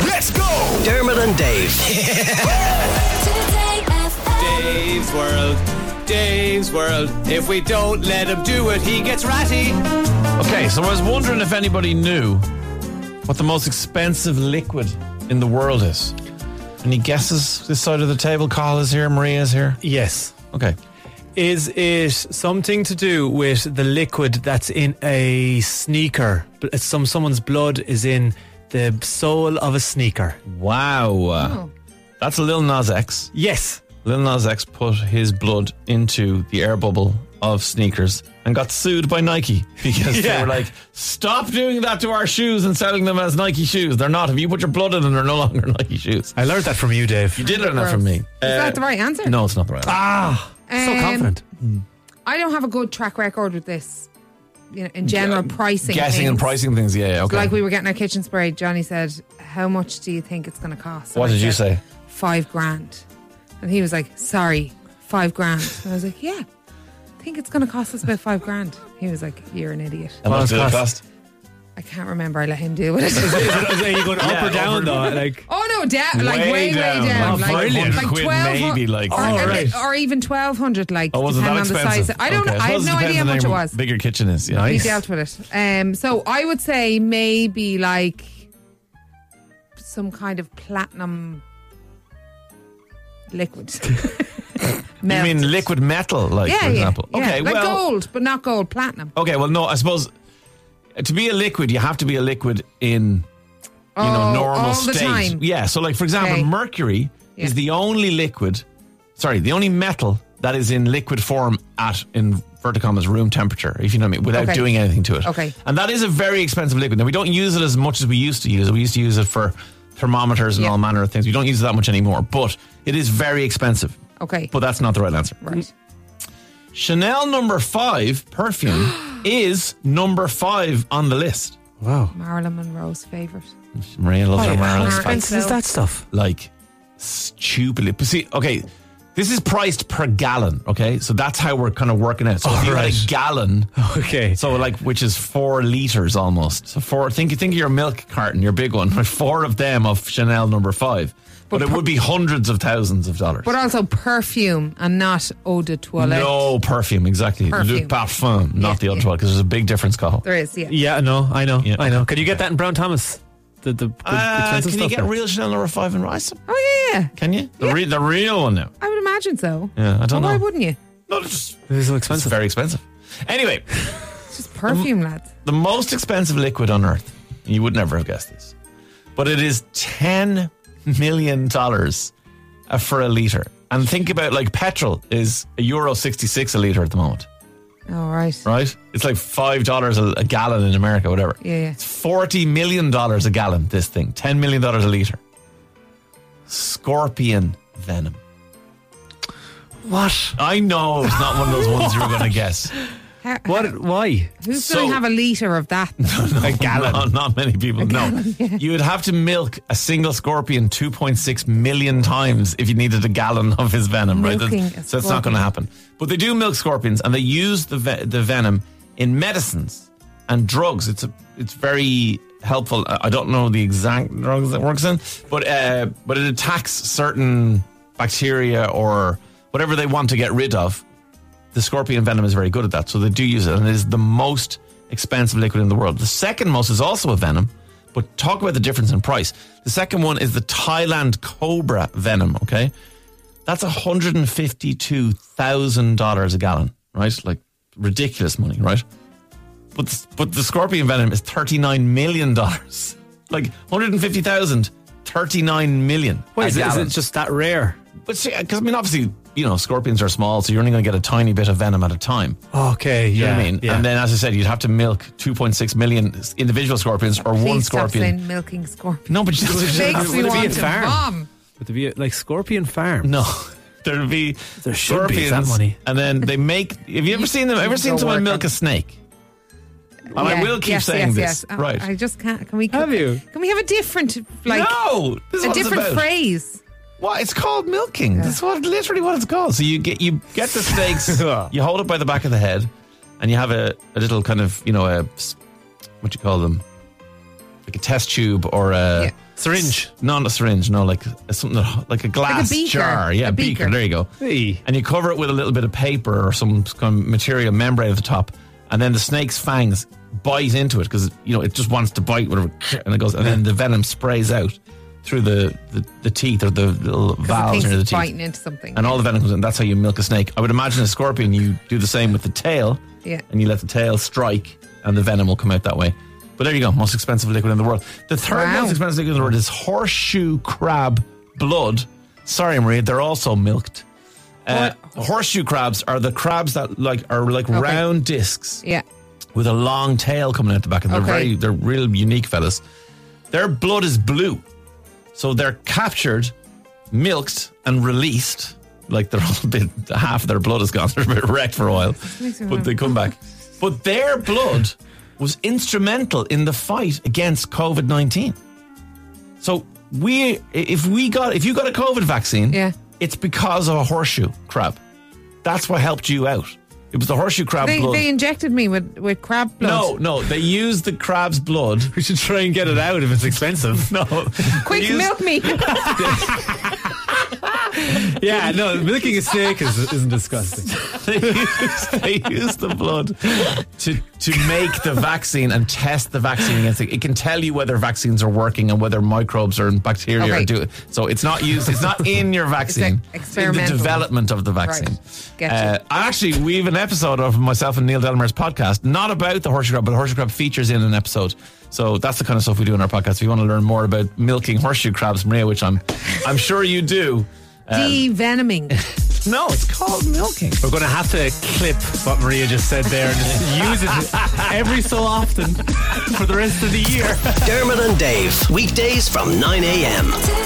Let's go! Dermot and Dave. Today FM. Dave's World. Dave's World. If we don't let him do it, he gets ratty. Okay, so I was wondering if anybody knew what the most expensive liquid in the world is. Any guesses this side of the table? Carl is here, Maria is here. Yes. Okay. Is it something to do with the liquid that's in a sneaker? But it's Some someone's blood is in the sole of a sneaker. Wow. Uh, That's Lil Nas X. Yes. Lil Nas X put his blood into the air bubble of sneakers and got sued by Nike because they Yeah. were like, stop doing that to our shoes and selling them as Nike shoes. They're not. If you put your blood in them, they're no longer Nike shoes. I learned that from you, Dave. You did learn that from me. Is Uh, that the right answer? no, it's not the right. Ah, so Um, confident. I don't have a good track record with this. You know, in general, pricing. guessing and things. pricing things. Yeah, yeah, okay. Like we were getting our kitchen sprayed, Johnny said, How much do you think it's going to cost? And What I did you said, say? Five grand. And he was like, Sorry, five grand. And I was like, Yeah, I think it's going to cost us about five grand. He was like, You're an idiot. How much did it cost? I can't remember. I let him deal with it. Are you going up Yeah, or over- down, though? Like, Oh no, down like way, way down, Like like, 500 quid 12 maybe, like, or, oh, or- right. or even twelve hundred, like Oh, was it that depending on the expensive? size. I don't. Okay. know. I have suppose no depends idea how on much it how was. Bigger kitchen is. Yeah. He dealt with it. Um, so I would say maybe like some kind of platinum liquid. You mean liquid metal, like Yeah, for yeah, example? yeah. Okay, like well, gold, but not gold, platinum. okay, well, no, I suppose uh, to be a liquid, you have to be a liquid in you know Oh, normal all the state. time. Yeah. So, like for example, Okay. mercury is Yeah. the only liquid, sorry, the only metal that is in liquid form at in verticommas room temperature, if you know what I mean, without Okay. doing anything to it. Okay. And that is a very expensive liquid. Now we don't use it as much as we used to use it. We used to use it for thermometers and Yeah. all manner of things. We don't use it that much anymore, but it is very expensive. Okay, But that's not the right answer. right. Chanel number five perfume is number five on the list. wow. Marilyn Monroe's favorite. Maria loves her How Marilyn Mar- Spice. expensive is that stuff? Like stupidly. But see, okay, this is priced per gallon. Okay, so that's how we're kind of working out. So if you had Alright. a gallon, Oh, Okay. so like which is four liters almost. So four. Think think of your milk carton, your big one. Four of them of Chanel number five. But, it would be hundreds of thousands of dollars. But also perfume and not eau de toilette. no perfume, exactly. Le Perfume. parfum, not the Yeah, other yeah. one, because there's a big difference, Carl. There is, yeah. Yeah, no, I know. Yeah. I know. Could you get that in Brown Thomas? The, the, the Uh, can expensive you stuff get there? real Chanel number five in rice? Oh, yeah, yeah. Can you? The, re- the real one now. I would imagine so. Yeah, I don't Why know. wouldn't you? No, it's, just, It's so it's expensive. very expensive. Anyway, It's just perfume, lads. the most expensive liquid on earth. You would never have guessed this, but it is ten million dollars uh, for a liter. And think about like petrol is a euro sixty six a liter at the moment, All right. right? It's like five dollars a a gallon in America, whatever. Yeah, yeah. It's forty million dollars a gallon. This thing, ten million dollars a liter. Scorpion venom. What? I know it's not one of those ones you were going to guess. How- What? Why? Who's So- going to have a litre of that? A gallon. Not, not many people know. You would have to milk a single scorpion 2.6 million times if you needed a gallon of his venom, right? Milking That's- a so that's not going to happen. But they do milk scorpions and they use the, ve- the venom in medicines and drugs. It's, a, it's very helpful. I I don't know the exact drugs that works in, but, uh, but it attacks certain bacteria or whatever they want to get rid of the scorpion venom is very good at that. So they do use it, and it is the most expensive liquid in the world. The second most is also a venom, but talk about the difference in price. The second one is the Thailand cobra venom, okay? That's $152,000 a gallon, right? Like ridiculous money, right? But the, but the scorpion venom is $39 million. Like 150,000, 39 million. Why a is it, is gallon. it just that rare? But see, because I mean, obviously, you know, scorpions are small, so you're only going to get a tiny bit of venom at a time. Okay. You yeah. know what I mean? Yeah. And then, as I said, you'd have to milk 2.6 million individual scorpions or one Please stop scorpion. saying milking scorpion. No, but you Makes me would it be want a to farm? bomb. But to be like Scorpion Farm. no. There'd be There should scorpions, be, that money. and then they make. Have you ever seen them? Ever can seen go someone work milk on- a snake? And I Yeah, will keep yes, saying yes, this, yes. I- right? I just can't. Can we? Have you? Can we have a different, like, no, this is a what it's different about. phrase? Well, it's called milking. That's what literally what it's called. So you get you get the snakes, you hold it by the back of the head, and you have a, a little kind of you know a s- what do you call them, like a test tube or a Yeah. Syringe. Not a syringe, no, like something that- like a glass beaker. jar. Yeah, A beaker. beaker. There you go. Hey. And you cover it with a little bit of paper or some kind of material membrane at the top, and then the snake's fangs bite into it because you know it just wants to bite whatever, and it goes, and then the venom sprays out through the the, the teeth or the little Because it valves thinks near the it's teeth, biting into something. and all the venom comes in. That's how you milk a snake. I would imagine a scorpion. You do the same with the tail, Yeah. and you let the tail strike, and the venom will come out that way. But there you go, most expensive liquid in the world. The third Wow. most expensive liquid in the world is horseshoe crab blood. Sorry, Maria, they're also milked. Uh, horseshoe crabs are the crabs that like are like round discs Yeah. with a long tail coming out the back, and they're Okay. very they're real unique fellas. Their blood is blue, so they're captured, milked, and released. Like they're all they, half of their blood is gone. They're a bit wrecked for a while, makes me but they come back. But their blood was instrumental in the fight against COVID nineteen. So we, if we got, if you got a COVID vaccine, Yeah. it's because of a horseshoe crab. That's what helped you out. It was the horseshoe crab They, blood. they injected me with, with crab blood. No, no, they use the crab's blood. We should try and get it out if it's expensive. No, Quick, they use- milk me. yeah, no, milking a snake is, isn't disgusting. They use, they use the blood to to make the vaccine and test the vaccine against it. It can tell you whether vaccines are working and whether microbes or bacteria Okay. are doing. So it's not used. It's not in your vaccine. It's in the experimental. development of the vaccine. Uh, Right. Getcha. actually, we have an episode of myself and Neil Delmer's podcast, not about the horseshoe crab, but horseshoe crab features in an episode. So that's the kind of stuff we do in our podcast. If you want to learn more about milking horseshoe crabs, Maria, which I'm I'm sure you do. Devenoming. Um, No, it's called milking. We're going to have to clip what Maria just said there and just use it every so often for the rest of the year. Dermot and Dave, weekdays from 9 a.m. Today